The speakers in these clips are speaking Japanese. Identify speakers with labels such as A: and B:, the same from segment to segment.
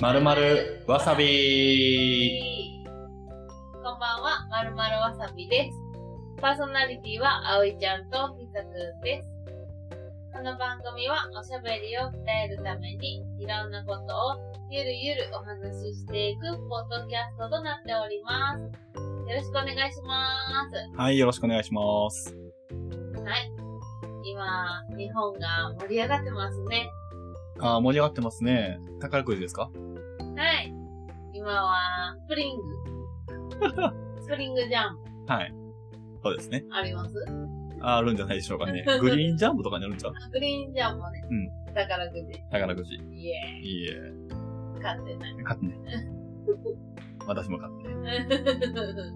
A: まるまるわさび
B: こんばんは、まるまるわさびです。パーソナリティは、あおいちゃんとみさくんです。この番組は、おしゃべりを鍛えるために、いろんなことをゆるゆるお話ししていくポッドキャストとなっております。よろしくお願いします。
A: はい、よろしくお願いします。
B: はい。今、日本が盛り上がってますね。
A: あー、盛り上がってますね。宝くじですか
B: はい。今は、スプリング。スプリングジャン
A: はい。そうですね。
B: プあります
A: あーあるんじゃないでしょうかね。グリーンジャンプとかにあるんちゃう
B: グリーンジャンもね、
A: う
B: 宝くじ、
A: 宝くじ。
B: イエ
A: いいえ。
B: ーイ、買ってない。
A: 買ってね。私も買ってね。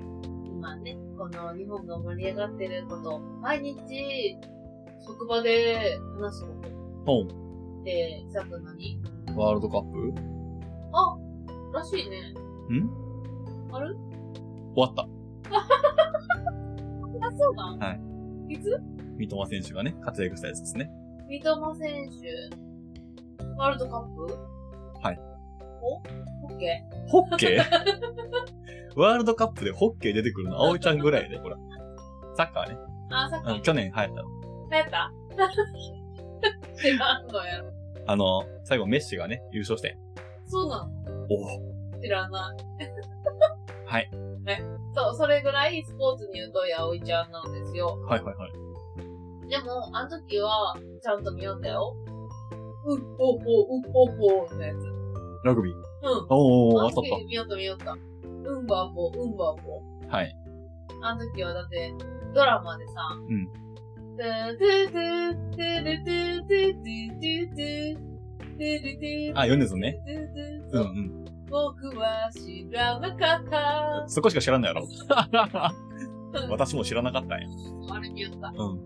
B: 今ね、この日本が盛り上がってること、毎日、職場で話すこと
A: おう
B: って、さくのに、
A: ワールドカップ終
B: あ、らしいね。んあれ
A: わった。
B: あ、そうなん。
A: はい
B: いつ
A: 三笘選手がね、活躍したやつですね。
B: 三笘選手、ワールドカップ
A: はい。
B: おオッケ
A: ホッケーワールドカップでホッケー出てくるの、葵ちゃんぐらいね、これ。サッカーね。
B: ー。あ、さっき、
A: うん、去年流行ったの。
B: 流行った 違うのやろ。
A: あの、最後メッシがね、優勝して。
B: そうなの
A: おお
B: 知らない。
A: はい。
B: ね。そう、それぐらいスポーツに言うと、やおいちゃんなんですよ。
A: はいはいはい。
B: でも、あの時は、ちゃんと見よったよ。うっほっほ、うっほっほ、のやつ。うん。
A: ラグビー。
B: あ
A: おー、
B: の
A: 当
B: 時
A: たっ
B: 見よった見よった。うんばほ、うんばほ。
A: た。はい。
B: あの時はだって、ドラマでさ、
A: ん
B: トゥトゥトゥトゥルトゥトゥトゥトゥトゥトゥルトゥ
A: あ、読んでるね。
B: トゥトゥ
A: う
B: ト
A: ん
B: ゥ
A: うん。
B: 僕は知らなかった。
A: そこしか知らんのや ろ。私も知らなかったんや。
B: あれ見よった。
A: うん。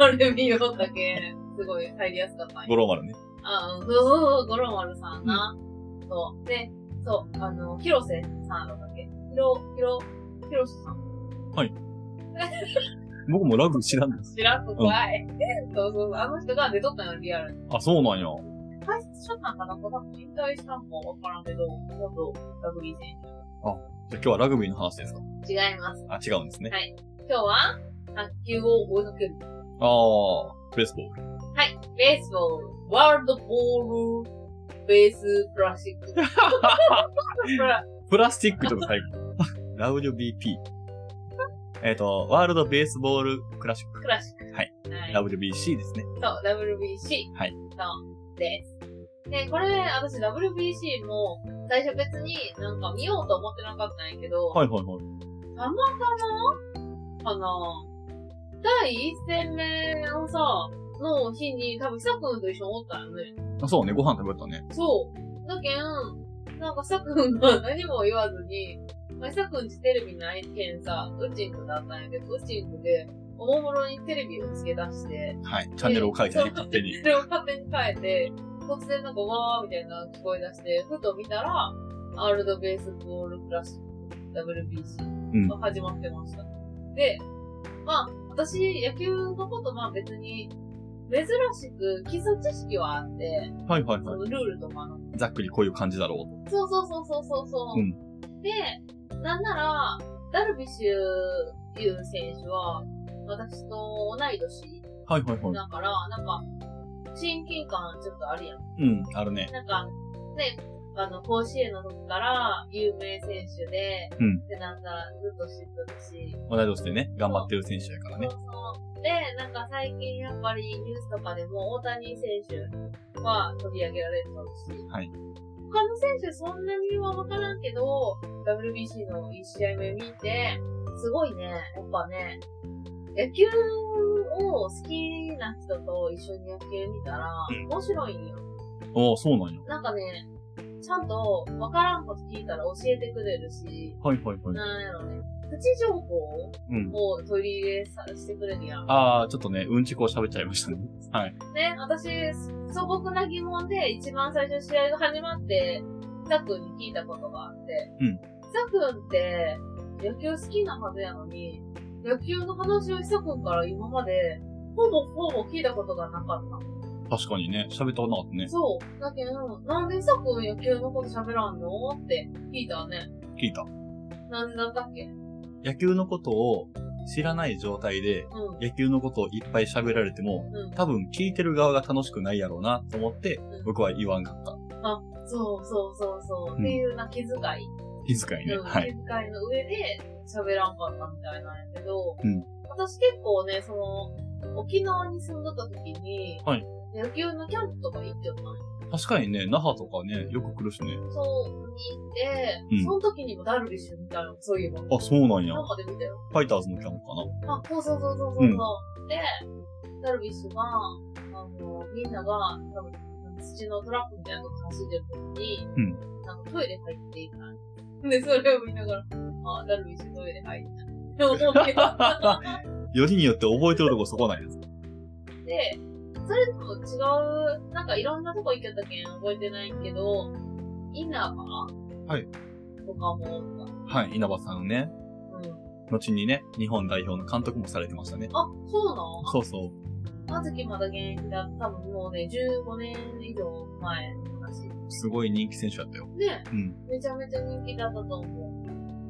B: あれ見よったけ、すごい入りやすかったんや
A: 五郎丸ね。
B: あ、うん、そうそうそう、五郎丸さんな。そう。で、そう、あの、広瀬さんだっけひろ、ひろ、広瀬さん。
A: 僕もラグビー知らんです。
B: 知らんと怖い。 そうそうそう、あの人が出とったんよ、リアルに。
A: あ、そうなんや。
B: 解説しとったんかなこの引退したんかわからんけど、元ラグビー選
A: じゃあ今日はラグビーの話ですか
B: 手。違います。
A: あ、違うんですね。
B: 今日は、卓球を追いかける。
A: あー、ベースボール。
B: はい。ベースボール。ワールドボール。ベースプラスチック。 ほら
A: プラスチックちょっと最後。WBP。えっ、と、ワールドベースボールクラシック。
B: クラシック。
A: はい。
B: はい、
A: WBC ですね。
B: そう、WBC。
A: はい
B: そう、です。で、これ、私 WBC も、最初別になんか見ようと思ってなかったんやけど、
A: はいはいはい。
B: たまたまかな第一戦目をさ、の日に、多分さくんと一緒におったよね。
A: あそうね、ご飯食べたね。
B: そう。だけん、なんかさくんが何も言わずに、まあ、さくんちテレビないけんさ、うちんくだったんやけど、うちんくで、おもむろにテレビをつけ出して、
A: はい。チャンネルを変えてね、勝手に。
B: それを勝手に変えて、突然なんかわーみたいな聞こえ出して、ふと見たら、アールドベースボールクラシック WBC が始まってました。で、まあ、私、野球のこと、まあ別に、珍しく基礎知識はあって、
A: はいはい
B: そ
A: はい。
B: のルールとかの。
A: ざっくりこういう感じだろう
B: そうそうそうそうそうそう、
A: う
B: で、なんなら、ダルビッシュいう選手は、私と同い年
A: と。はいはいは
B: だから、なんか、親近感ちょっとあるやん。
A: い。うん、あるね。
B: なんか、ね、あの、甲子園の時から有名選手で、
A: うん
B: で、なんか、ずっと知ってるし、
A: 同い年でね、頑張ってる選手やからね
B: そ。うそう。で、なんか最近やっぱりニュースとかでも大谷選手は取り上げられてたし、
A: はい
B: 他の選手そんなにはわからんけど、WBC の1試合目見て、すごいね、やっぱね、野球を好きな人と一緒に野球見たら
A: うん
B: 面白いんよ。
A: ああ、そうなんや。
B: なんかね、ちゃんと分からんこと聞いたら教えてくれるし、
A: はいはいはい。
B: なんやろね、プチ情報
A: うん。
B: を取り入れさしてくれるやん。
A: ああ、ちょっとね、うんちこう喋っちゃいましたね。はい。
B: ね、私、素朴な疑問で一番最初試合が始まって、ザくんに聞いたことがあって、
A: うん
B: ザくんって野球好きなはずやのに、野球の話を久くんから今まで、ほぼほぼ聞いたことがなかった。
A: 確かにね、喋ったことなかったね。
B: そう。だけど、なんでさこう野球のこと喋らんのって聞いたわね。
A: 聞いた。
B: なんでだったっけうん。
A: 野球のことを知らない状態で、野球のことをいっぱい喋られても、
B: うん。
A: 多分聞いてる側が楽しくないやろうなと思って
B: う、ん
A: 僕は言わんかった。
B: そうそうそうそう。
A: うん
B: っていうな気遣い。
A: 気遣いね。
B: うん
A: はい。
B: 気遣いの上で喋らんかったみたいなんやけど、
A: うん
B: 私結構ね、その、沖縄に住んどった時に、
A: はい
B: 野球のキャンプとか行ってたのよ
A: 確かにね、那覇とかね、よく来るしね。
B: そう、に行って、
A: うん
B: その時にもダルビッシュみたいな、そういえば。
A: あ、そうなんや。
B: な
A: フ
B: んかで見たよ。
A: ァイターズのキャンプかな。
B: あ、そうそうそうそうそ
A: う
B: う。
A: ん
B: で、ダルビッシュが、あの、みんなが、多分土のトラックみたいなのが走ってる時に、
A: う
B: なんかトイレ入っていない。で、それを見ながら、あ、ダルビッシュトイレ入った。って思ってた。
A: よりによって覚えてるとこそこなんや。
B: で、それとも違う、なんかいろんなとこ行ってたけん覚えてないけど、稲葉
A: はい。
B: とかもおった。
A: はい、稲葉さんね。
B: うん。
A: 後にね、日本代表の監督もされてましたね。
B: あ、そう
A: そうそう。
B: なのあずきまだ現役だ。多分もうね、15年以上前の話。
A: すごい人気選手だったよ。
B: ね、
A: うん
B: めちゃめちゃ人気だったと思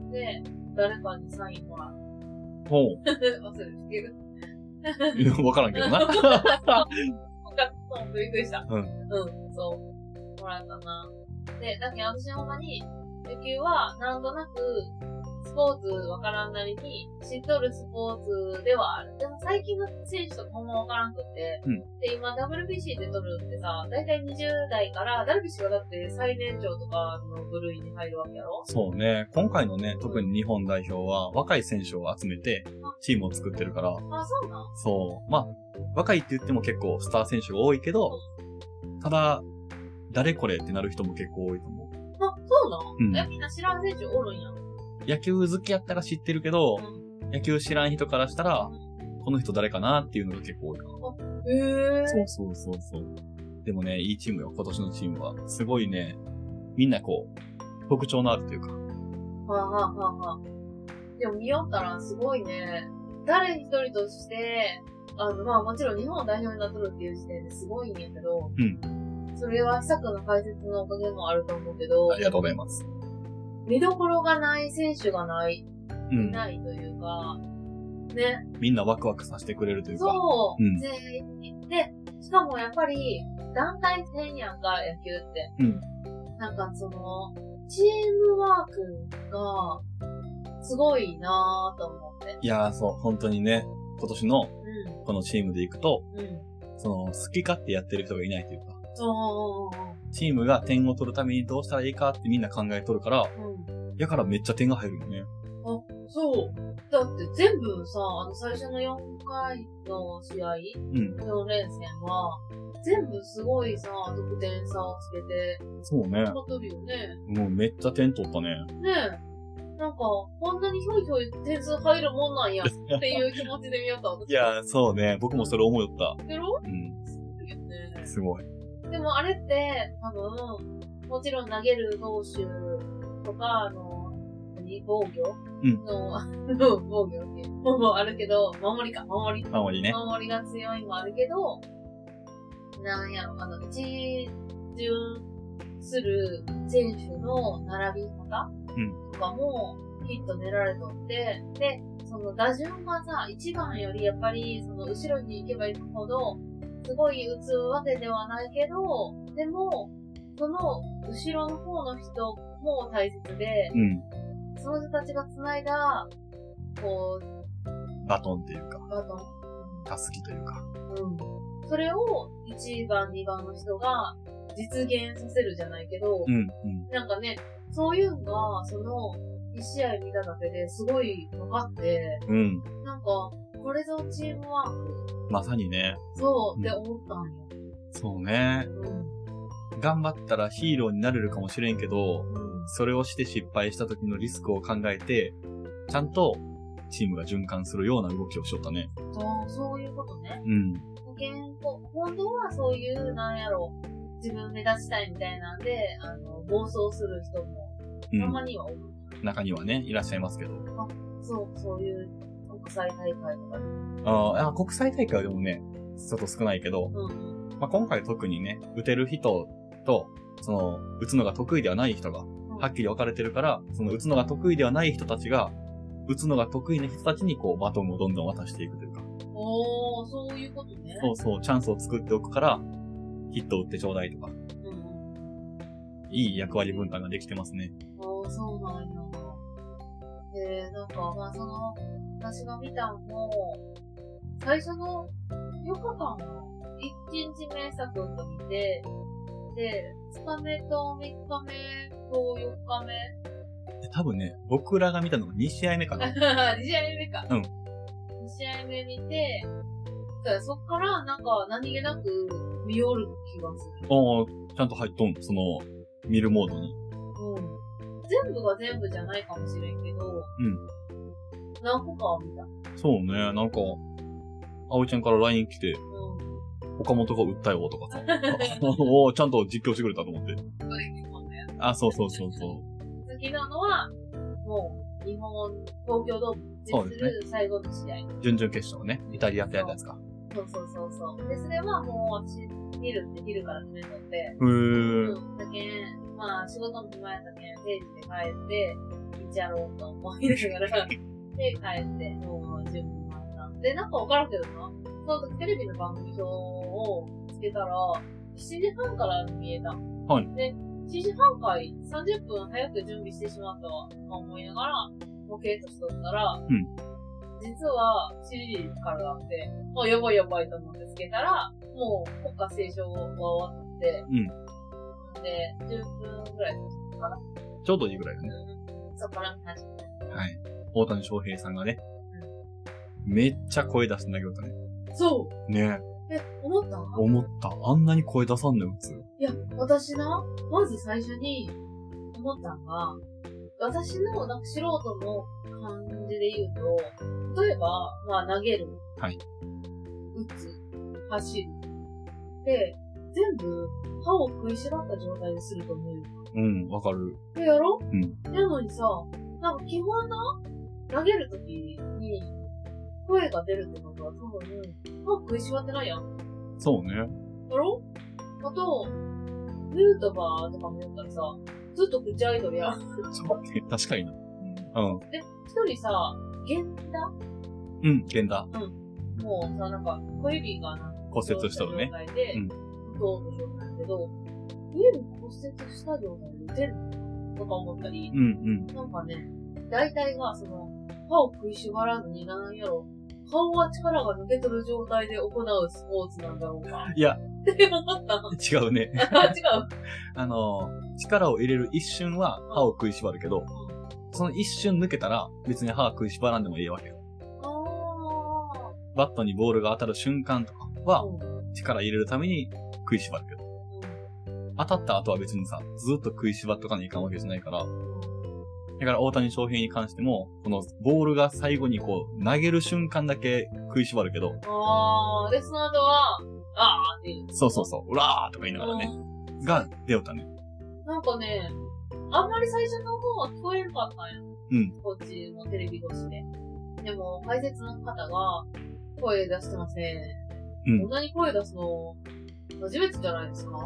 B: う。で、誰かにサインもらっ
A: ほ
B: た。 忘れてるけど。
A: う。 わからんけどな。
B: 分かった。びっくりした。
A: うん
B: うん、そう。もらったな。で、だけど私ほんまに、野球はなんとなく、スポーツわからんなりに、知っとるスポーツではある。でも最近の選手とかほんまわからんくて、
A: うん
B: で、今 WBC で取るってさ、だいたい20代から、ダルビッシュがだって最年長とかの部類に入るわけやろ
A: そうね。今回のね、特に日本代表は若い選手を集めてチームを作ってるから、
B: あ、そうなん
A: そう。まあ、若いって言っても結構スター選手が多いけど、ただ、誰これってなる人も結構多いと思う。
B: あ、そうなん
A: うん
B: え、みんな知らん選手おるんや。う
A: 野球好きやったら知ってるけど、
B: ん。
A: 野球知らん人からしたら、この人誰かなっていうのが結構多いかな。
B: へえ。
A: そうそうそうそう。でもね、いいチームよ、今年のチームは。すごいね、みんなこう、特徴のあるというか。
B: はあ、はあはあはあ、でも見よったらすごいね。誰一人として、あの、まあもちろん日本代表になっとるっていう時点ですごいんやけど、
A: う
B: それは久くの解説のおかげもあると思うけど
A: あ、りがとうございます。
B: 見どころがない選手がない、
A: うん。
B: ないというか、ね、
A: みんなワクワクさせてくれるというか。
B: そう、
A: うん
B: 全員で、しかもやっぱり団体戦やんか、野球って。
A: うん。
B: なんかその、チームワークが、すごいなぁと思って。
A: いやー、そう、本当にね、今年のこのチームで行くと、
B: うん。うん。
A: その、好き勝手やってる人がいないというか、
B: そう。
A: チームが点を取るためにどうしたらいいかってみんな考えとるから、
B: う
A: やからめっちゃ点が入るよね。
B: ん。そう。だって全部さ、あの最初の4回の試合、
A: うん。
B: 4連戦は、全部すごいさ、得点差をつけて、
A: そうね。
B: 取っとるよね。
A: もうめっちゃ点取ったね。
B: ねえ。なんか、こんなにひょいひょい点数入るもんなんや、っていう気持ちで見よった。私
A: いやー、そうね。僕もそれ思った。
B: やろ
A: うん。
B: ね
A: すごい。
B: でもあれって、多分、もちろん投げる投手とか、あの、何防御
A: うん
B: の、防御っていうのもあるけど、守りか、守り。
A: あんまりね。
B: 守りが強いもあるけど、なんやろ、あの、一巡する選手の並び方、
A: うん
B: とかもヒット狙われとって、で、その打順がさ、一番よりやっぱり、その後ろに行けば行くほど、すごい打つわけではないけど、でも、その後ろの方の人も大切で、
A: うん。
B: その人たちが繋いだ、こう、
A: バトンっていうか、
B: バトン、
A: たすきというか。
B: うんそれを1番、2番の人が実現させるじゃないけど、
A: うん。うん。
B: なんかね、そういうのが、その、1試合見ただけですごい分かって、
A: うん。
B: なんか、これぞチームワーク、
A: まさにね。
B: そうって思ったんよ。
A: そうね。
B: うん。
A: 頑張ったらヒーローになれるかもしれんけど、
B: うん。
A: それをして失敗した時のリスクを考えて、ちゃんとチームが循環するような動きをしとったね。
B: そう、そういうことね。
A: うん。
B: 健康、本当はそういう、なんやろ、自分目立ちたいみたいなんで、あの、暴走する人も、た
A: う
B: まには多い。
A: ん。中にはね、いらっしゃいますけど。
B: そう、そういう国際大会とかで。
A: あーあ、国際大会はでもね、ちょっと少ないけど、
B: うん。
A: まあ、今回特にね、打てる人と、その、打つのが得意ではない人が、はっきり分かれてるから、その打つのが得意ではない人たちが、打つのが得意な人たちにこうバトンをどんどん渡していくというか、
B: おー、そういうことね。
A: そうそう、チャンスを作っておくから、ヒットを打ってちょうだいとか、
B: うん
A: いい役割分担ができてますね。
B: おー、そうなんや。えー、なんか、まあ、その、私が見たのも、最初の4日間は、1日目作を見て、で、2日目と3日目と4日目、
A: で多分ね、僕らが見たのが2試合目かな。
B: 2試合目か。
A: うん
B: 2試合目見て、そうやそっからなんか何気なく見よる気がする。
A: おーちゃんと入っとん、その、見るモードに。
B: うん。全部が全部じゃないかもしれんけど、何個かは見た。う
A: そうね、なんか、葵ちゃんから LINE 来て、
B: ん。
A: 岡本が打ったよとかさ。 おーちゃんと実況してくれたと思って。
B: これ日本のや
A: あ、そうそうそうそ
B: つ次なのは、もう、日本、東京ドーム
A: そう
B: です
A: ですね
B: る最後の試合。
A: う。準々決勝ね。イタリアってやったやつか。
B: そうそうそうそう。で、それはもう私、見るって見るから決めとって、
A: へー。
B: うん。だけん、まあ、仕事も暇やったけん、定時で帰って、行っちゃろうと思いながら、で、帰って、もう準備万端。で、なんかわからんけどな、その時テレビの番組表をつけたら、7時半から見えた。
A: はい
B: で、7時半回30分早く準備してしまったわ、とか思いながら、ボケーっとしとったら、
A: うん
B: 実は CD からだって、もうやばいやばいと思ってつけたら、もう国家斉唱が終わって、で、10分ぐらい
A: ちょうどいいぐらいだね。
B: そこから見始め
A: はい。大谷翔平さんがね、めっちゃ声出して投げよったね。
B: た。そう
A: ね
B: え、思った
A: 思った。あんなに声出さんの普通。
B: いや、私な、まず最初に思ったのが、私のなんか素人の感じで言うと、例えば、まあ投げる。
A: はい。
B: 打つ。走る。で、全部歯を食いしばった状態ですると思うよ。
A: うん、わかる。
B: でやろ
A: うん
B: なのにさ、なんか基本な、投げるときに、声が出るってことは多分、歯を食いしばってないやん。
A: そうね。
B: だろあと、ヌートバーとかもやったらさ、ずっと口アイドルやん。
A: 確かにな。うん。
B: 一人さ、源田
A: うん、源田。
B: もうさ、なんか、小指がなんか
A: 骨折したのね
B: 状。態で
A: うん、
B: 打とうとしようなんだけど、家に骨折した状態で打てるのとか思ったり、
A: うん、うん。
B: なんかね、大体がその、歯を食いしばらずになんやろ、顔は力が抜けとる状態で行うスポーツなんだろうか。
A: いや、
B: って思った。
A: 違うね。
B: あ、違う。
A: あの、力を入れる一瞬は歯を食いしばるけど、その一瞬抜けたら別に歯食いしばらんでもいいわけよ。
B: あ
A: バットにボールが当たる瞬間とか
B: あ。
A: は
B: うん
A: 力入れるために食いしばるけど、当たった後は別にさ、ずっと食いしばっとかにいかんわけじゃないから、だから大谷翔平に関しても、このボールが最後にこう投げる瞬間だけ食いしばるけど、
B: ああ、で、その後は、ああっていう。
A: そうそうそう、うらーとか言いながらね、が出よったね。
B: なんかね、あんまり最初の方は聞こえなかったんや。
A: うん。
B: こっちのテレビ越しで。でも、解説の方が、声出してません。
A: うん
B: こんなに声出すの、初めてじゃないですか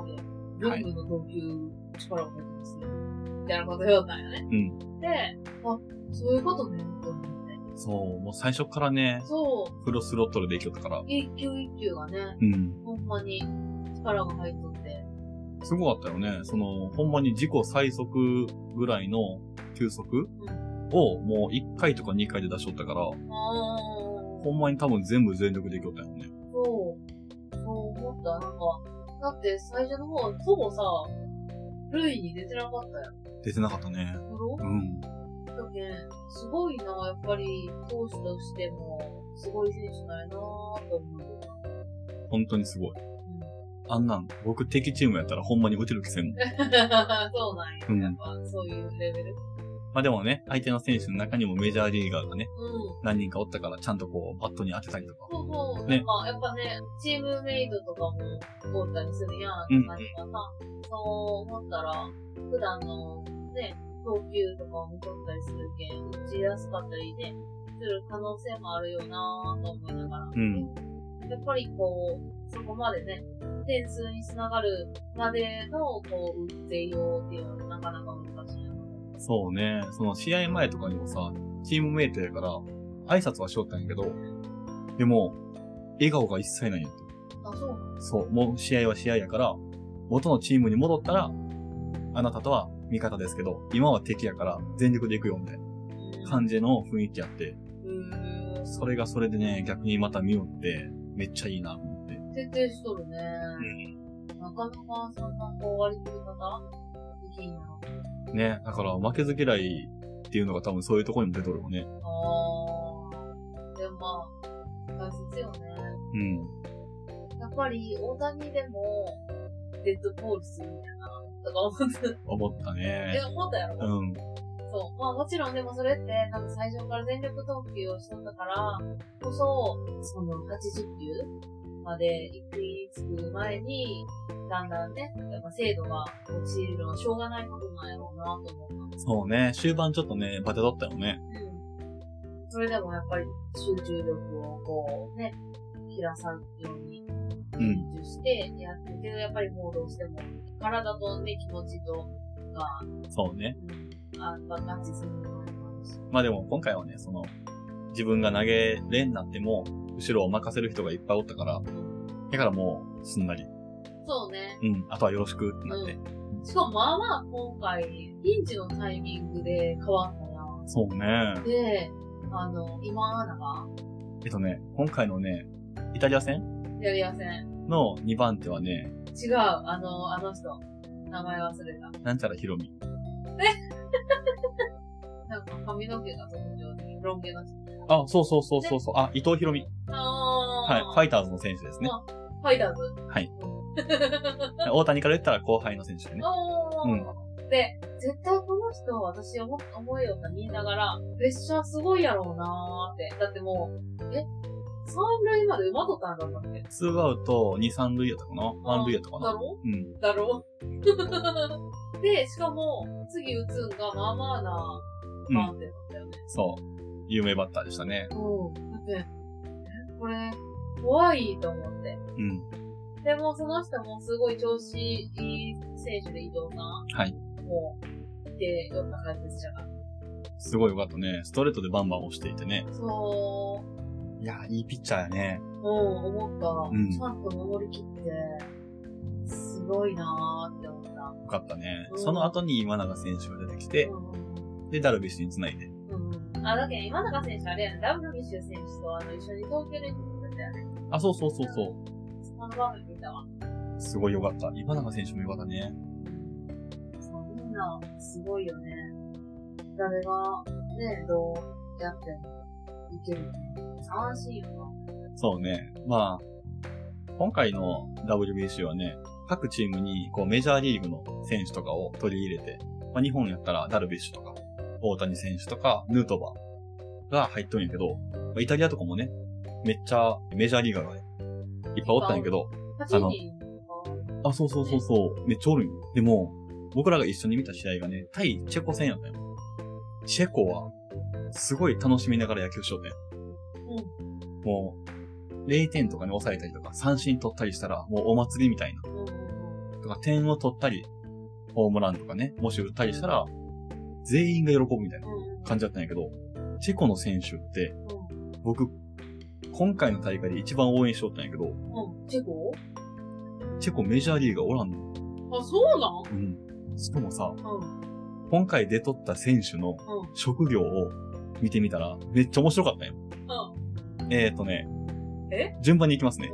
B: 文具の投球力を持ってますね。みたいなこと言ったんやね。
A: うん。
B: で、あ、そういうことね、って思って。
A: そう、もう最初からね、
B: そう、
A: フルスロットルで行きよったから、
B: 一球一球がね、
A: うん。
B: ほんまに力が入っとって。
A: すごかったよね。その、ほんまに自己最速ぐらいの球速をもう1回とか2回で出しとったから、
B: あー
A: ほんまに多分全部全力でいきよったよね。
B: そう。そう思った。なんか、だって最初の方、ほぼさ、ルイに出てなかったやん。
A: 出てなかったね。
B: だろ
A: うん。
B: だけんすごいな、やっぱり、投手としても、すごい選手なんやな と思う。
A: 本当にすごい。
B: うん
A: あんなん、僕敵チームやったらほんまに打てる気せんもん。
B: そうなんや。
A: うん
B: やっぱ、そういうレベル。
A: まあでもね、相手の選手の中にもメジャーリーガーがね、
B: うん。
A: 何人かおったからちゃんとこう、バットに当てたりとか。
B: そうそう。
A: ね
B: なんか、やっぱね、チームメイトとかもおったりするやん、
A: うん
B: 感じがさ、そう思ったら、普段のね、投球とかを見とったりするけん、打ちやすかったりね、する可能性もあるよなぁと思いながら。
A: うん。
B: やっぱりこう、そこまでね、の点数につながるまでの、こう、運転用っていうのはなかなか難しいな。
A: そうね。その試合前とかにもさ、チームメイトやから、挨拶はしよったんやけど、でも、笑顔が一切ないんやって。
B: あ、そうなの
A: そう、もう試合は試合やから、元のチームに戻ったら、あなたとは味方ですけど、今は敵やから全力で行くよみたいな感じの雰囲気あって、
B: うーん。
A: それがそれでね、逆にまた見よって、めっちゃいいなと思って。
B: 徹底しとるね。なかなかそんなこう割り切り方できんやな。
A: ね、だから負けず嫌いっていうのが多分そういうところにも出とるよね。
B: あー。でもまあ、大切よね。
A: うん。
B: やっぱり、大谷でも、デッドボールするんやな、とか思って、
A: 思った
B: え、
A: ね。
B: 思ったやろ、
A: うん。
B: そう。まあもちろんでもそれって、多分最初から全力投球をしとったから、こそ、その80球まで行くに着く前に、だんだんね、やっぱ精度が落ちるのはしょうがないことなんやろうなと思った。
A: そうね、終盤ちょっとね、バテとったよね。
B: うん。それでもやっぱり集中力をこうね、切らさんように
A: うん。
B: 集中してやってるけど、やっぱりもうどうしても体とね、気持ちとが、
A: そうね。
B: うん、あ、まあ、合致するのもあるし。
A: まあでも今回はね、その、自分が投げれんなっても、後ろを任せる人がいっぱいおったから、だからもう、すんなり、
B: そうね。
A: うん、あとはよろしくってなって。
B: しかもまあまあ今回、ピンチのタイミングで変わったな。
A: そうね。
B: で、あの、今、なんか、
A: えっとね、今回のね、イタリア戦
B: やりやせん。
A: の2番手はね、
B: 違う、あの、あの人。名前忘れた。
A: なんちゃらヒロミ。
B: なんか髪の毛が特徴的、ロン毛の人。
A: あ、そうそうそうそうそう。あ、伊藤ヒロミ。
B: あ
A: はい。フ
B: い。
A: ァイターズの選手ですね。
B: ファイターズ。
A: はい
B: うん。
A: 大谷から言ったら後輩の選手でね。
B: おー。で、絶対この人、私思思いよった言いながら、プレッシャーすごいやろうなーって。だってもう、え三塁まで馬とったんだもんだって。
A: ツーアウト2、3塁やったかなワン塁やったか
B: だ
A: な
B: ろ
A: うん。
B: だろ で、しかも、次打つんがまあまあな番手だったよね。
A: そう。有名バッターでしたね。
B: うん。だって、えこれ、怖いと思って。
A: うん。
B: でも、その人もすごい調子いい選手で伊藤さん。
A: はい。
B: もう、いて、よった解説者が。
A: すごい良かったね。ストレートでバンバン押していてね。
B: そ
A: いや、いいピッチャーやね。
B: う、うん、思った。
A: うん
B: ちゃんと登り切って、すごいなーって思った。
A: よかったね
B: う。ん
A: その後に今永選手が出てきて、
B: うん
A: で、ダルビッシュに繋いで。
B: うん。あ、だけど今永選手あれやね、ダブルビッシュ選手とあの一緒に東京で行ったんだよね。
A: あ、そうそうそうそう。
B: その場面見たわ。
A: すごい良かった。今永選手も良かったね。
B: そう、みんな、すごいよね。誰が、ね、どうやってもいけるね。安心よ
A: そうね。まあ、今回の WBC はね、各チームにこうメジャーリーグの選手とかを取り入れて、まあ、日本やったらダルビッシュとか、大谷選手とか、ヌートバーが入っとるんやけど、まあイタリアとかもね、めっちゃメジャーリーガーがね、いっぱいおったんやけど、
B: な。8
A: あの
B: 人
A: あ、そうそうそうそう、めっちゃおるんよ。でも、僕らが一緒に見た試合がね、対チェコ戦やったよ。チェコは、すごい楽しみながら野球しようね。もう、0点とかに抑えたりとか、三振取ったりしたら、もうお祭りみたいな。
B: うん。うんうん
A: とか、点を取ったり、ホームランとかね、もし打ったりしたら、全員が喜ぶみたいな
B: うん。うん。
A: 感じだったんやけど、チェコの選手って、僕、今回の大会で一番応援しとったんやけど、
B: うん。チェコ
A: チェコメジャーリーガーおらんの。
B: あ、そうなん
A: うん。しかもさ、
B: うん。
A: 今回出とった選手の
B: う
A: 職業を見てみたら、めっちゃ面白かったんよ。
B: う
A: えーとね、
B: え
A: 順番に行きますね。
B: ん。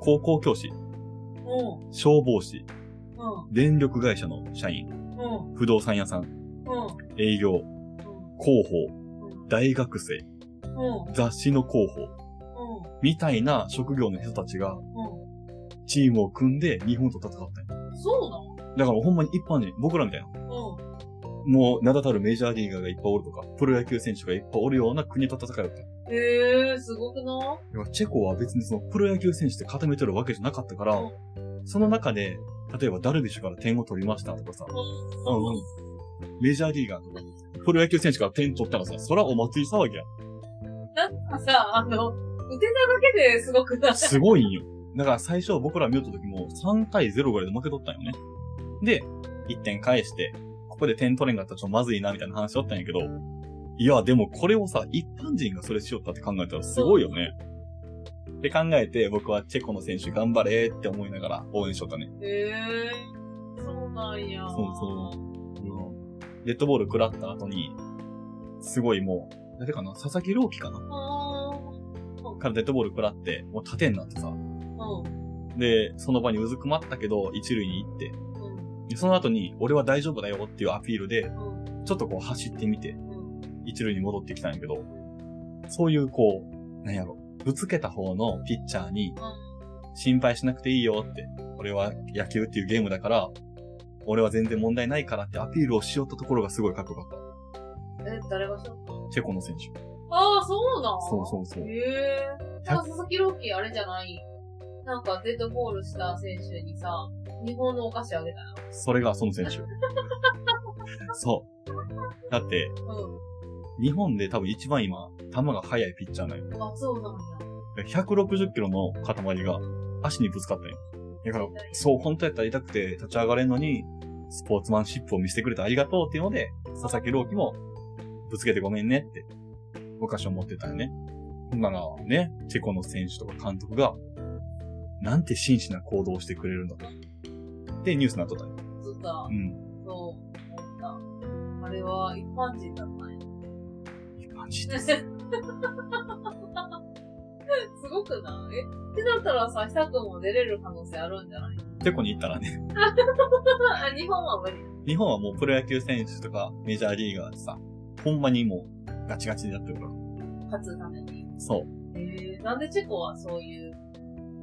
A: 高校教師、
B: うん。
A: 消防士、
B: うん。
A: 電力会社の社員、
B: うん。
A: 不動産屋さん、
B: うん。
A: 営業、広報、
B: うん。
A: 大学生、
B: うん。うん。
A: 雑誌の広報、みたいな職業の人たちが
B: う
A: チームを組んで日本と戦ったんよ
B: ん。そう
A: だからほんまに一般人、僕らみたいな。
B: なんうん。
A: もう名だたるメジャーリーガーがいっぱいおるとか、プロ野球選手がいっぱいおるような国と戦いだったんよ
B: へえー、すごくな
A: だからチェコは別にそのプロ野球選手って固めてるわけじゃなかったから、
B: う
A: その中で、例えばダルビッシュから点を取りましたとかさ、
B: うん
A: うんうん。メジャーリーガーとか、プロ野球選手から点取ったらさ、そらお祭り騒ぎや。
B: なんかさ、あの、打てただけですごくない
A: すごいんよ。だから最初僕ら見よった時も3対0ぐらいで負けとったんよね。で、1点返して、ここで点取れんかったらちょっとまずいなみたいな話しよったんやけど、いや、でもこれをさ、一般人がそれしよったって考えたらすごいよね。って考えて、僕はチェコの選手頑張れって思いながら応援しよったね。
B: へえそうなんや。
A: そうそう。デッドボール食らった後に、すごいもう、誰かな佐々木朗希かな
B: あ
A: からデッドボール食らって、もう縦になってさ。
B: ーうん。
A: で、その場にうずくまったけど、一塁に行って。
B: うん。
A: でその後に、俺は大丈夫だよっていうアピールで、
B: うん。
A: ちょっとこう走ってみて、
B: うん。
A: 一塁に戻ってきたんやけど、そういうこう、なんやろ、ぶつけた方のピッチャーに、心配しなくていいよって、俺は野球っていうゲームだから、俺は全然問題ないからってアピールをしよったところがすごいかっこよかっ
B: え、誰がしよった
A: た。チェコの選手。
B: ああ、そうなん
A: そうそうそう。
B: へえー。
A: た
B: なんか佐々木朗希あれじゃないなんかデッドボールした選手にさ、日本のお菓子あげたよ。
A: それがその選手。そう。だって、日本で多分一番今、球が速いピッチャーなんよ。
B: うん。あ、そうなんや。
A: 160キロの塊が足にぶつかったんよ。だから、そう、本当やったら痛くて立ち上がれんのに、スポーツマンシップを見せてくれてありがとうっていうので、佐々木朗希も、ぶつけてごめんねって、お菓子を持ってたよね。ほんならね、チェコの選手とか監督が、なんて真摯な行動をしてくれるんだと。で、ニュースになっとったんよ。
B: ずっと
A: う、ん。
B: そう、思った。あれは一般人だったんや。
A: い い感じで。
B: すごくないえってなったらさ、久くんも出れる可能性あるんじゃない
A: チェコに行ったらね、
B: あ日本は無理。
A: 日本はもうプロ野球選手とかメジャーリーガーってさ、ほんまにもうガチガチになってるから。
B: 勝つために。
A: そう。
B: えー、なんでチェコはそういう、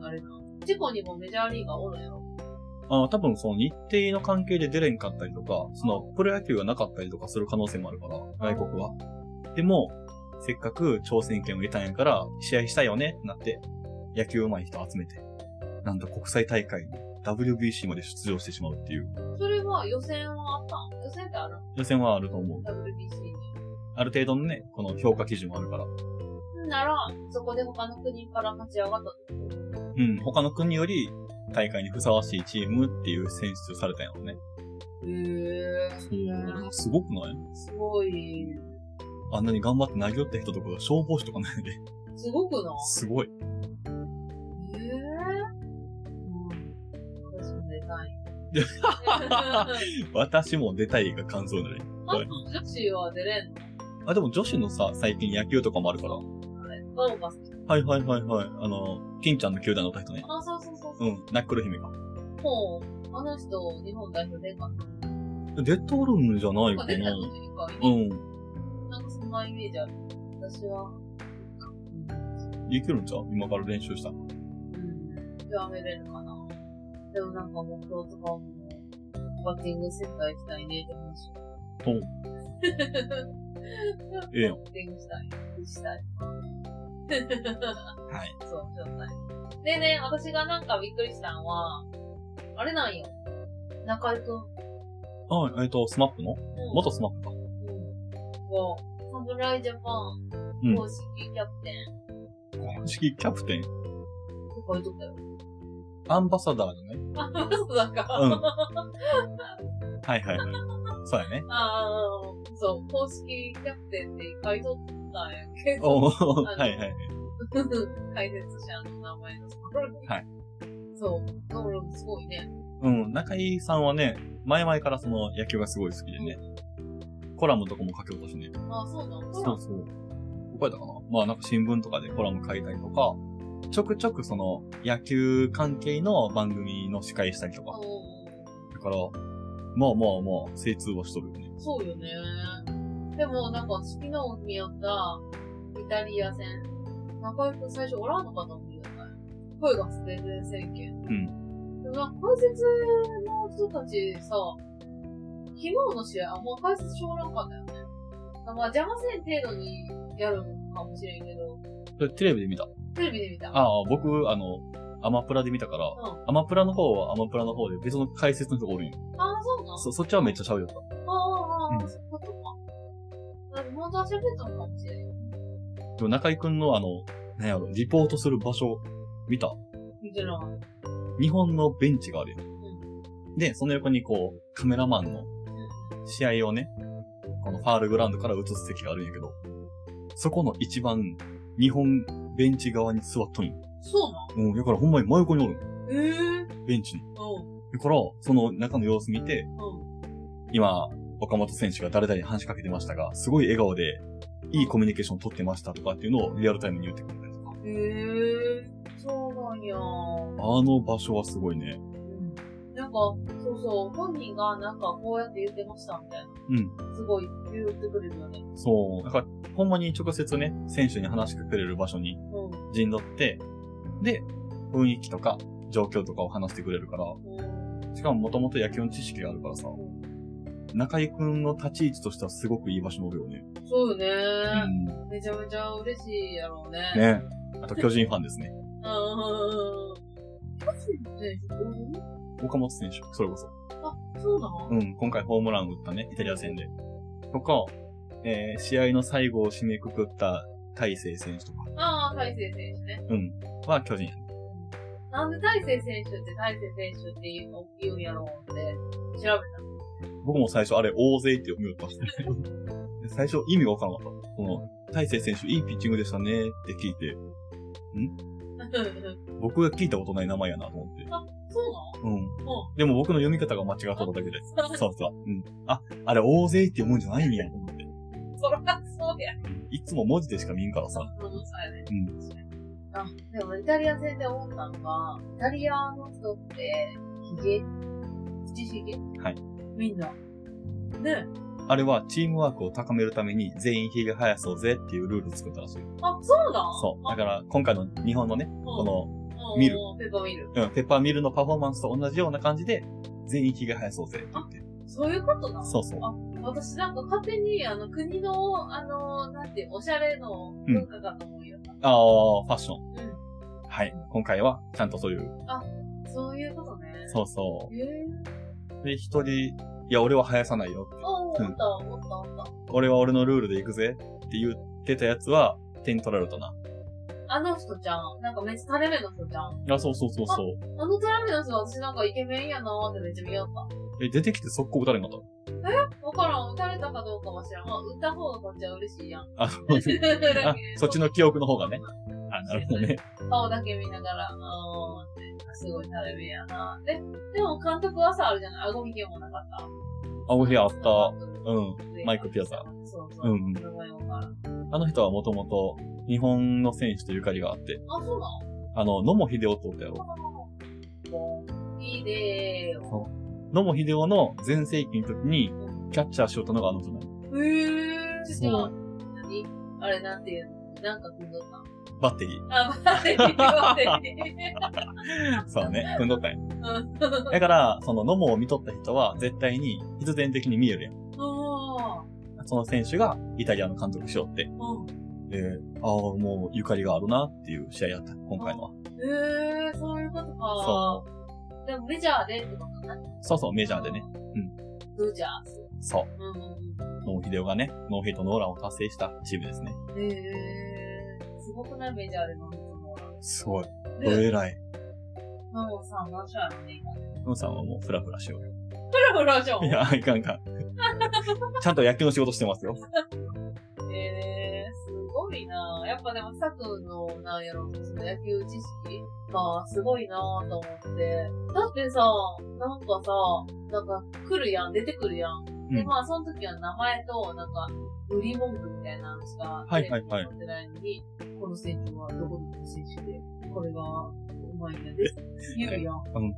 B: あれなのチェコにもメジャーリーガーおるやろ
A: あの、多分その日程の関係で出れんかったりとか、そのプロ野球がなかったりとかする可能性もあるから、外国は。でも、せっかく挑戦権を得たんやから、試合したいよねってなって、野球上手い人集めて、なんと国際大会に WBC まで出場してしまうっていう。
B: それは予選はあったん予選ってある
A: 予選はあると思う。
B: ?WBC に。
A: ある程度のね、この評価基準もあるから。
B: うんなら、そこで他の国から勝ち上がったってこと
A: うん、他の国より大会にふさわしいチームっていう選出をされたんやろね。
B: へえ
A: うん、すごくない
B: すごい。
A: あんなに頑張って投げ寄った人とかが消防士とかないで。
B: すごくな
A: すごい。
B: ええうん。私も出たい。
A: 私も出たいが感想になる。
B: あと女子は出れんの
A: あ、でも女子のさ、最近野球とかもあるから。
B: バオが好き。
A: はいはいはいはい。あの、金ちゃんの球団の人ね。
B: あ、そうそうそうそうう。
A: ん、ナックル姫が。
B: もう、あの人、日本代表出んかった。
A: 出ておるんじゃない
B: な
A: か
B: んか出た
A: な。
B: のというか、
A: うん。
B: なんかそんなイメージある。私は、
A: いけるんちゃう今から練習したら。
B: うん、極めれるかな。でもなんか目標とかも、バッティングセンター行きたいねって話を。
A: おうええやん
B: バッティングしたい。したい。
A: はい。
B: そう、状態。でね、私がなんかびっくりしたのは、あれなんよ。中井くん。
A: あ、えっ、と、スマップの
B: うん
A: 元スマップか。
B: うん。が、侍ジャパ
A: うん
B: ン、公式キャプテン、
A: 公式キャプテン、
B: って書いとったよ。
A: アンバサダーのね。
B: あ、そうだか。
A: うん
B: あ
A: はいはいはい。そうやね。
B: あ、そう、公式キャプテンって書いとったんやけど、
A: おーはいはいはい。
B: 解説者の名前のところに。
A: はい。
B: そう、道路すごいね。
A: うん、中井さんはね、前々からその野球がすごい好きでね、コラムとかも書き落としね。
B: あ、そうなの
A: そうそう。どこやったかなまあなんか新聞とかでコラム書いたりとか、ちょくちょくその野球関係の番組の司会したりとか。だから、まあまあまあ、精通はしとるよね。
B: そうよね。でも、なんか、昨日見よった、イタリア戦。中居くん最初おらんのかと思うよね。声が全然せんけん。でもなんか、解説の人たちさ、昨日の試合、あんま解説しょうがなかったよね。まあ、邪魔せん程度にやるのかもしれんけど、
A: それテレビで見た。
B: テレビで見た。
A: ああ、僕、あの、アマプラで見たから、
B: う
A: アマプラの方はアマプラの方で別の解説の人がおるんよ。
B: ああ、そうなの
A: そ、そっちはめっちゃ喋りよっ
B: ああ、あ
A: う
B: あ、
A: ん
B: そういうことか。なんか本当は喋ったのかもしれんよ。
A: た。でも中井くんのあの、なんやろ、リポートする場所、見た
B: 見てない。
A: 日本のベンチがあるやん。で、その横にこう、カメラマンの試合をね、このファールグラウンドから映す席があるんやけど、そこの一番、日本ベンチ側に座っとんよ。
B: そうな
A: うん、だからほんまに真横におるん
B: んええ
A: ベンチに。
B: うん。
A: だから、その中の様子見て、
B: うん。
A: 今、岡本選手が誰々に話しかけてましたが、すごい笑顔で、いいコミュニケーション取ってましたとかっていうのをリアルタイムに言ってくれたりとか。
B: ええそうなんや。う
A: あの場所はすごいね。
B: ん。なんか、そうそう、本人がなんかこうやって言ってましたみたい
A: うん。
B: な。すごい言ってくれるよね。
A: そう。だから、ほんまに直接ね、選手に話しかけれる場所に
B: うん。
A: 陣取って、で、雰囲気とか、状況とかを話してくれるから、
B: うん。
A: しかももともと野球の知識があるからさ、中井くんの立ち位置としてはすごくいい場所におるよね。
B: そうよね、
A: うん。
B: めちゃめちゃ嬉しいやろうね。
A: ねあと巨人ファンですね。
B: うんうんうん。マジでうん
A: 岡本選手、それこそ。
B: そうなの
A: うん、今回ホームラン打ったね、イタリア戦で。とか、えー試合の最後を締めくくった大勢選手とか
B: ああ、大勢選手ね。
A: は巨人やね。
B: なんで大勢選手って大勢選手っていうの言うんやろうって調べた
A: 僕も最初あれ、大勢って読みよったんです よで最初意味がわからなかった。その、大勢選手いいピッチングでしたねって聞いて、
B: そ
A: 僕が聞いたことない名前やなと思って。
B: う
A: うん。
B: う
A: でも僕の読み方が間違ってただけで。
B: なの
A: そうそう。うん。あ、あれ、大勢って読むんじゃないんやと思って。
B: そらそうや。
A: いつも文字でしか見んからさ。
B: そうやね。
A: うん。
B: あ、でもイタリア戦で思ったのが、イタリアの人って、ヒゲ口ヒゲ
A: はい。
B: みんな。ね
A: あれはチームワークを高めるために全員ヒゲ生やそうぜっていうルールを作ったらしい。
B: あ、そうだ
A: そう。だから、今回の日本のね、
B: う。
A: この、
B: うん
A: 見る。
B: ペッパー見る。
A: うん、ペッパーミルのパフォーマンスと同じような感じで、全員ヒゲ生やそうぜって言って。
B: そういうことなの
A: そうそう。
B: 私なんか勝手に、あの、国の、あの、なんて、おしゃれの文化かと思うよ。
A: あー、ファッション。
B: う
A: はい。今回は、ちゃんとそういう、
B: ん。そういうことね。
A: そうそ
B: へえー。
A: う。で、一人、いや、俺は生やさないよ。
B: あ、おった、おった、おった。
A: 俺は俺のルールで行くぜって言ってたやつは、点取られたな。
B: あの人じゃん。なんかめっちゃ垂れ目の人じゃん。
A: あ、そうそうそうそう。
B: あのタラミナスは私なんかイケメンやなーってめっちゃ見よっ。
A: え、出てきて速攻打たれんかった
B: わからん、打たれたかどうかは知らん。まあ、打った方がこっちは嬉しい やん。
A: たあ、そうですあ、そっちの記憶の方がね。あ、なるほどね。
B: 顔だけ見ながら、うーんって、すごい垂れ目やなーで、でも監督はさ、あるじゃない顎ひげもなかった。
A: 青部屋あった。うん。
B: た
A: マイクピアザー。
B: そうそう。
A: うんうん
B: 名前わからん
A: あの人はもともと、日本の選手とゆかりがあって、
B: あ、そうな
A: あの、野茂英雄っておったやろ。
B: のいいでーよ。
A: 野茂英雄の全盛期の時に、キャッチャーしよったのがあの人なの。
B: えー、
A: そう
B: じゃあ、何あれなんていうのなんか組んどった
A: バッテリー。
B: あ、待って、待 って。
A: そうね、組んどったんや。
B: うん。
A: だから、その野茂を見とった人は、絶対に必然的に見えるやん。
B: あ
A: その選手がイタリアの監督しよって、
B: ーうん。
A: で、ああ、もうゆかりがあるなっていう試合やった、今回のは。
B: へえー、そういうことか。
A: そ
B: でもメジャーでってことかな。
A: そうそう、メジャーでね。。
B: ドジャース。
A: そう。
B: うんうん
A: 野茂英雄がね、ノーヒットノーランを達成したチームですね。
B: うん。へえー、すごくないメジャーで飲むと思
A: すごい。
B: う。
A: お
B: で、
A: 偉い。
B: マモさん何しようやろね、 今。
A: ノンさんはもうフラフラしよ うよ。
B: フラフラじゃん。
A: いや、いかんいかん。 ちゃんと野球の仕事してますよ。
B: えー、すごいなやっぱでも、佐藤の、なんやろ、その野球知識まあ、すごいなと思って。だってさ、なんかさ、なんか、来るやん、出てくるやん。で、
A: うん
B: まあ、その時は名前と、なんか、売り文句みたいなのしか、
A: はいはいはい
B: 持ってないのに、この選手はどこの選手で、これが、うまいんやで、言うやん。
A: うん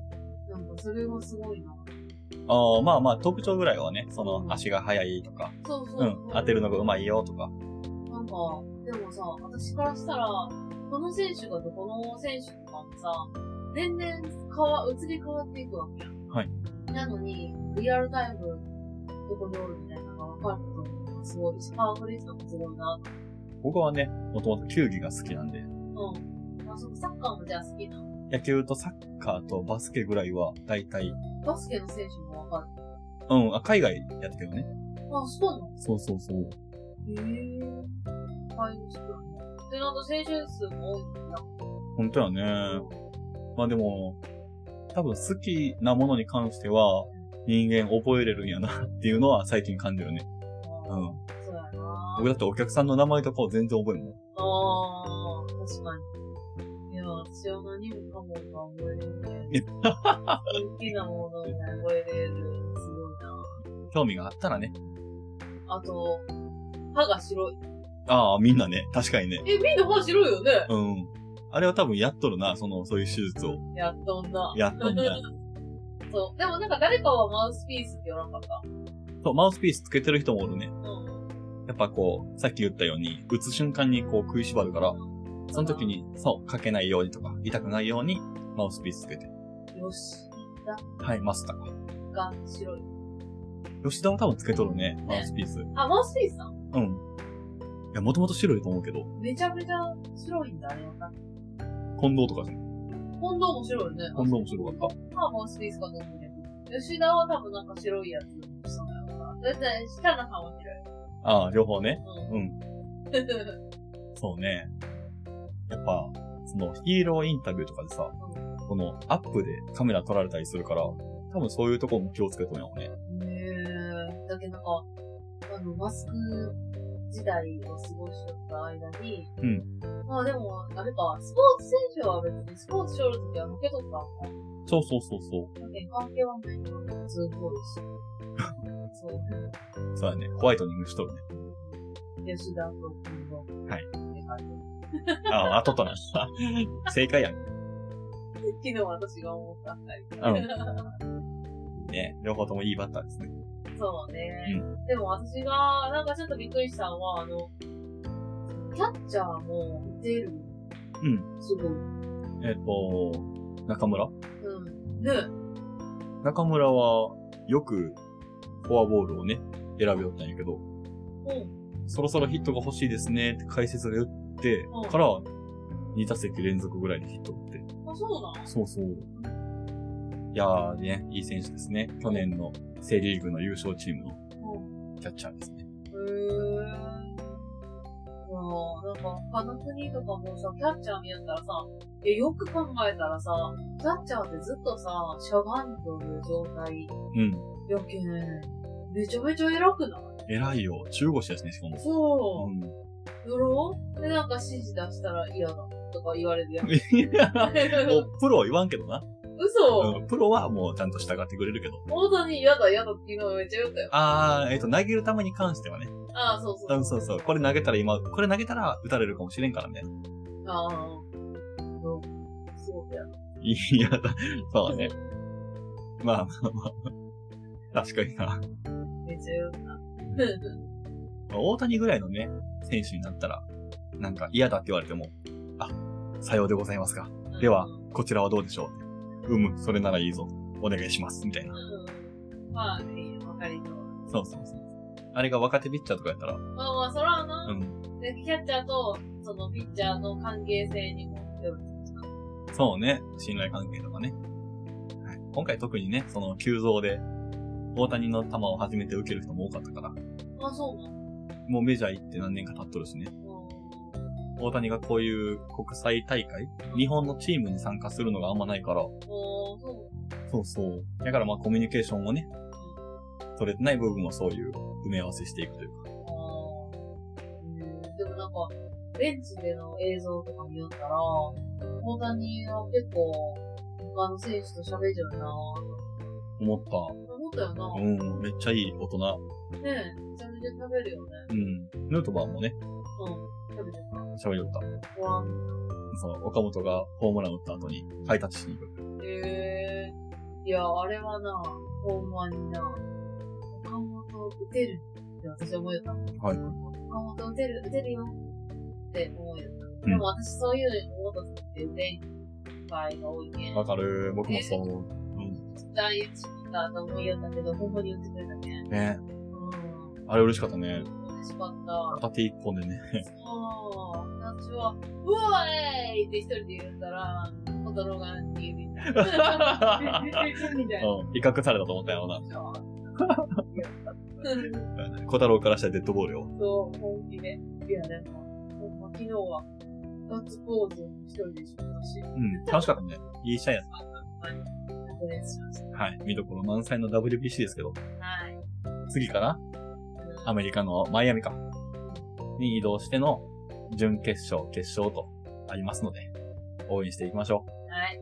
B: なんか、それはすごいな
A: ああ、まあまあ、特徴ぐらいはね、その足が速いとか、
B: そうそう。
A: うん、当てるのがうまいよとか。
B: なんか、でもさ、私からしたら、この選手がどこの選手とかもさ、年々変わ、移り変わっていくわけやん。
A: はい。
B: なのに、リアルタイム、どこにおるみたいなのが分かると、すごい、パワフル人もすごいな
A: 僕はね、もともと球技が好きなんで、
B: と。うん。あ、そのサッカーもじゃあ好きなの
A: 野球とサッカーとバスケぐらいは、だいたい、
B: バスケの選手も分かる。
A: うん、あ、海外やったけどね。
B: あ、そうなの
A: そうそうそう。
B: へぇー。はい、そうなの。で、なんか選手数も多いんだ。
A: 本当やね。
B: うん
A: まあでも、多分好きなものに関しては、人間覚えれるんやなっていうのは最近感じるね。う。
B: うんそうやな
A: 僕だってお客さんの名前とかを全然覚えんもん。
B: ああ、確かに。いや、私は何もかもが覚えれるね。好きなものも覚えれる。すごい
A: 興味があったらね。
B: な。あと、歯が白い。
A: ああ、みんなね。確かにね。
B: え、みんな歯白いよね。
A: うん。あれは多分やっとるな、その、そういう手術を。
B: やっとんな。
A: やっとんだ。
B: そう。でもなんか誰かはマウスピースって言わなかった。
A: そう、マウスピースつけてる人もおるね。
B: うん。
A: やっぱこう、さっき言ったように、打つ瞬間にこう食いしばるから、その時に、そう、かけないようにとか、痛くないように、マウスピースつけて。
B: よし。
A: はい、マスターか。
B: が白い。
A: 吉田は多分つけとるね、マウスピース。
B: あ、マウスピースさん
A: うん。いや、もともと白いと思うけど、
B: めちゃめちゃ白いんだ、あれはな。
A: 近藤とかじゃん。
B: 近藤も白いよね。
A: 近藤も白かった。
B: まあ、マウスピースかと思ってる。吉田は多分なんか白いやつをしたんだろうな。だって、下の歯は白い。
A: ああ、両方ね。
B: う
A: うんん。そうね。やっぱ、そのヒーローインタビューとかでさ、このアップでカメラ撮られたりするから、多分そういうとこも気をつけとんやろうね。
B: へえ。だけどなんか、あの、マスク時代を過ごしとった間に、
A: うん。
B: まあでも、あれか、スポーツ選手は別にスポーツしよるときは抜けとったのか。
A: そうそうそうそ
B: だけど関係はないな。普通っぽいし。 そう。
A: う。そうだね。ホワイトニングしとるね。
B: 吉田と運動。
A: はい
B: って感じ。
A: ああ、後とな。正解やん。
B: 昨日私が思った
A: う
B: 二人。
A: ね。両方ともいいバッターですね。
B: そうね。でも私が、なんかちょっとびっくりしたのは、あの、キャッチャーも打てる。
A: うん。
B: すごい。
A: えっ、と、中村
B: うん。ね。
A: 中村は、よく、フォアボールをね、選びよったんやけど、
B: うん。
A: そろそろヒットが欲しいですねって解説で打って
B: うん
A: から、2打席連続ぐらいでヒット打って。
B: あ、そうなん
A: そうそう。いやーね、いい選手ですね。去年のセリーグの優勝チームの
B: うん。
A: キャッチャーですね。
B: へー。いやーなんか他の国とかもさ、キャッチャー見やったらさ、いやよく考えたらさ、キャッチャーってずっとさ、しゃがんとる状態
A: うん。
B: やけん、めちゃめちゃ偉くない
A: 偉いよ。中腰ですね、しかも。
B: そうう。
A: ん。
B: やろで、なんか指示出したら嫌だとか言われる やん。
A: いや もうプロは言わんけどな。
B: 嘘、
A: うん。プロはもうちゃんと従ってくれるけど。
B: 本当に嫌だ嫌だっていうのがめっちゃ言ったよ。
A: あー、えっ、と、投げる球に関してはね。
B: ああ、そうそう
A: うん、そうそう。これ投げたら今、これ投げたら打たれるかもしれんからね。
B: ああ。うんそうだよ。
A: いや、だそうだね。まあまあまあ。確かにな。
B: めっちゃ言った。
A: 大谷ぐらいのね、選手になったら、なんか嫌だって言われても、あ、さようでございますか。 では
B: うん
A: こちらはどうでしょう。うむ、それならいいぞ。お願いします。みたいな。
B: うん。まあ、いいよ、わかりそう。
A: そうそうそう。あれが若手ピッチャーとかやったら、
B: まあまあ、そら
A: う
B: な、
A: ん。
B: でキャッチャーと、そのピッチャーの関係性にもよるしな。
A: そうね。信頼関係とかね。はい、今回特にね、その急増で、大谷の球を初めて受ける人も多かったから、
B: まあ、そうなの。
A: もうメジャー行って何年か経っとるしね。大谷がこういう国際大会日本のチームに参加するのがあんまないから。
B: もう、そ
A: そうそう。だからまあコミュニケーションもね、
B: うなの。
A: 取れてない部分をそういう埋め合わせしていくというか。
B: あーうんでもなんか、ベンチでの映像とか見よったら、大谷は結構、他の選手と喋るよな
A: 思った。
B: 思ったよな、
A: うん、めっちゃいい大人。
B: ねえ、めちゃめちゃ喋るよね。
A: うん。ヌートバーもね、
B: うん。喋るよな。
A: 喋りよった。
B: 不安。
A: その、岡本がホームラン打った後にハイタッチしに行く。
B: へえいや、あれはな、ほんまにな、岡本打てるって私は思えた。
A: はい。
B: 岡本打てる、打てるよって思えた。
A: ん
B: でも私そういうのに思った時って、全場合が多いけん。
A: わかる。僕もそう思う。
B: ダイエットだと思いよったけど、ほんまに言ってくれたね。
A: ね。
B: うん。
A: あれ嬉しかったね。
B: 嬉しかった。
A: 片手一本でね。
B: そう。私は、うわーいって一人で言ったら、コトロが 逃げていった。みたいな。
A: うん。威嚇されたと思ったよな。
B: うん
A: 小太郎からしたらデッドボールを。
B: そう、本気で。いや、でも、ほんま昨日は、ガッツポーズも一人でしまし、
A: うん。楽しかったね。いい試合やっ
B: 白熱しました。
A: た。はい。見どころ満載の WBC ですけど、
B: はい。
A: 次から
B: うん
A: アメリカのマイアミか。に移動しての準決勝、決勝とありますので、応援していきましょう。
B: はい。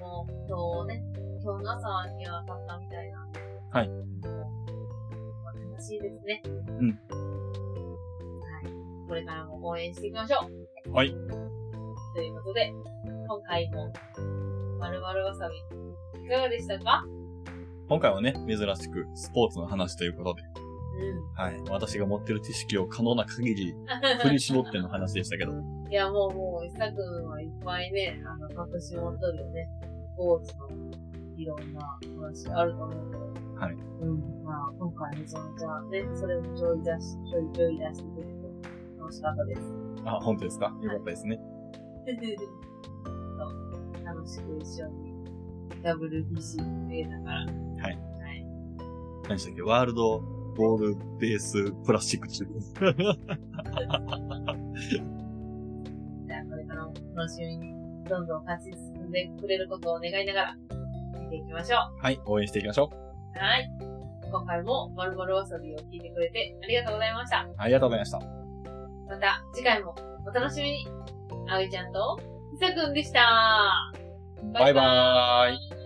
B: もう、今日ね、今日の朝は日が当たったみたいなんで。
A: はい
B: もう。楽しいですね。
A: うん
B: はい。これからも応援していきましょう。
A: はい。
B: ということで、今回も、まるまるわさび、いかがでしたか
A: 今回はね、珍しくスポーツの話ということで、
B: う
A: はい。私が持ってる知識を可能な限 り
B: ん。
A: 振り絞っての話でしたけど、
B: いや、もうもう、伊佐くんはいっぱいね、あの、隠し持っとるね、スポーツのいろんな話あると思うけど。
A: はい。
B: うん。まあ、今回めちゃめちゃね、それをちょい出し、ちょいちょい出してくれて、楽しかったです。
A: あ、本当ですかよかったですね。
B: そう楽しく一緒に WBC 見れたから。
A: はい。
B: はい。
A: 何でしたっけワールドボールベースプラスチックチューブ。
B: じゃあ、これからも楽しみに、どんどん勝ち進んでくれることを願いながら、見ていきましょう。
A: はい。応援していきましょ
B: はい。今回もまるまるわさびを聞いてくれてありがとうございました
A: う。。ありがとうございました。
B: また次回もお楽しみに。あおいちゃんと、ひさくんでした。
A: バイバーイ。
B: ーイ。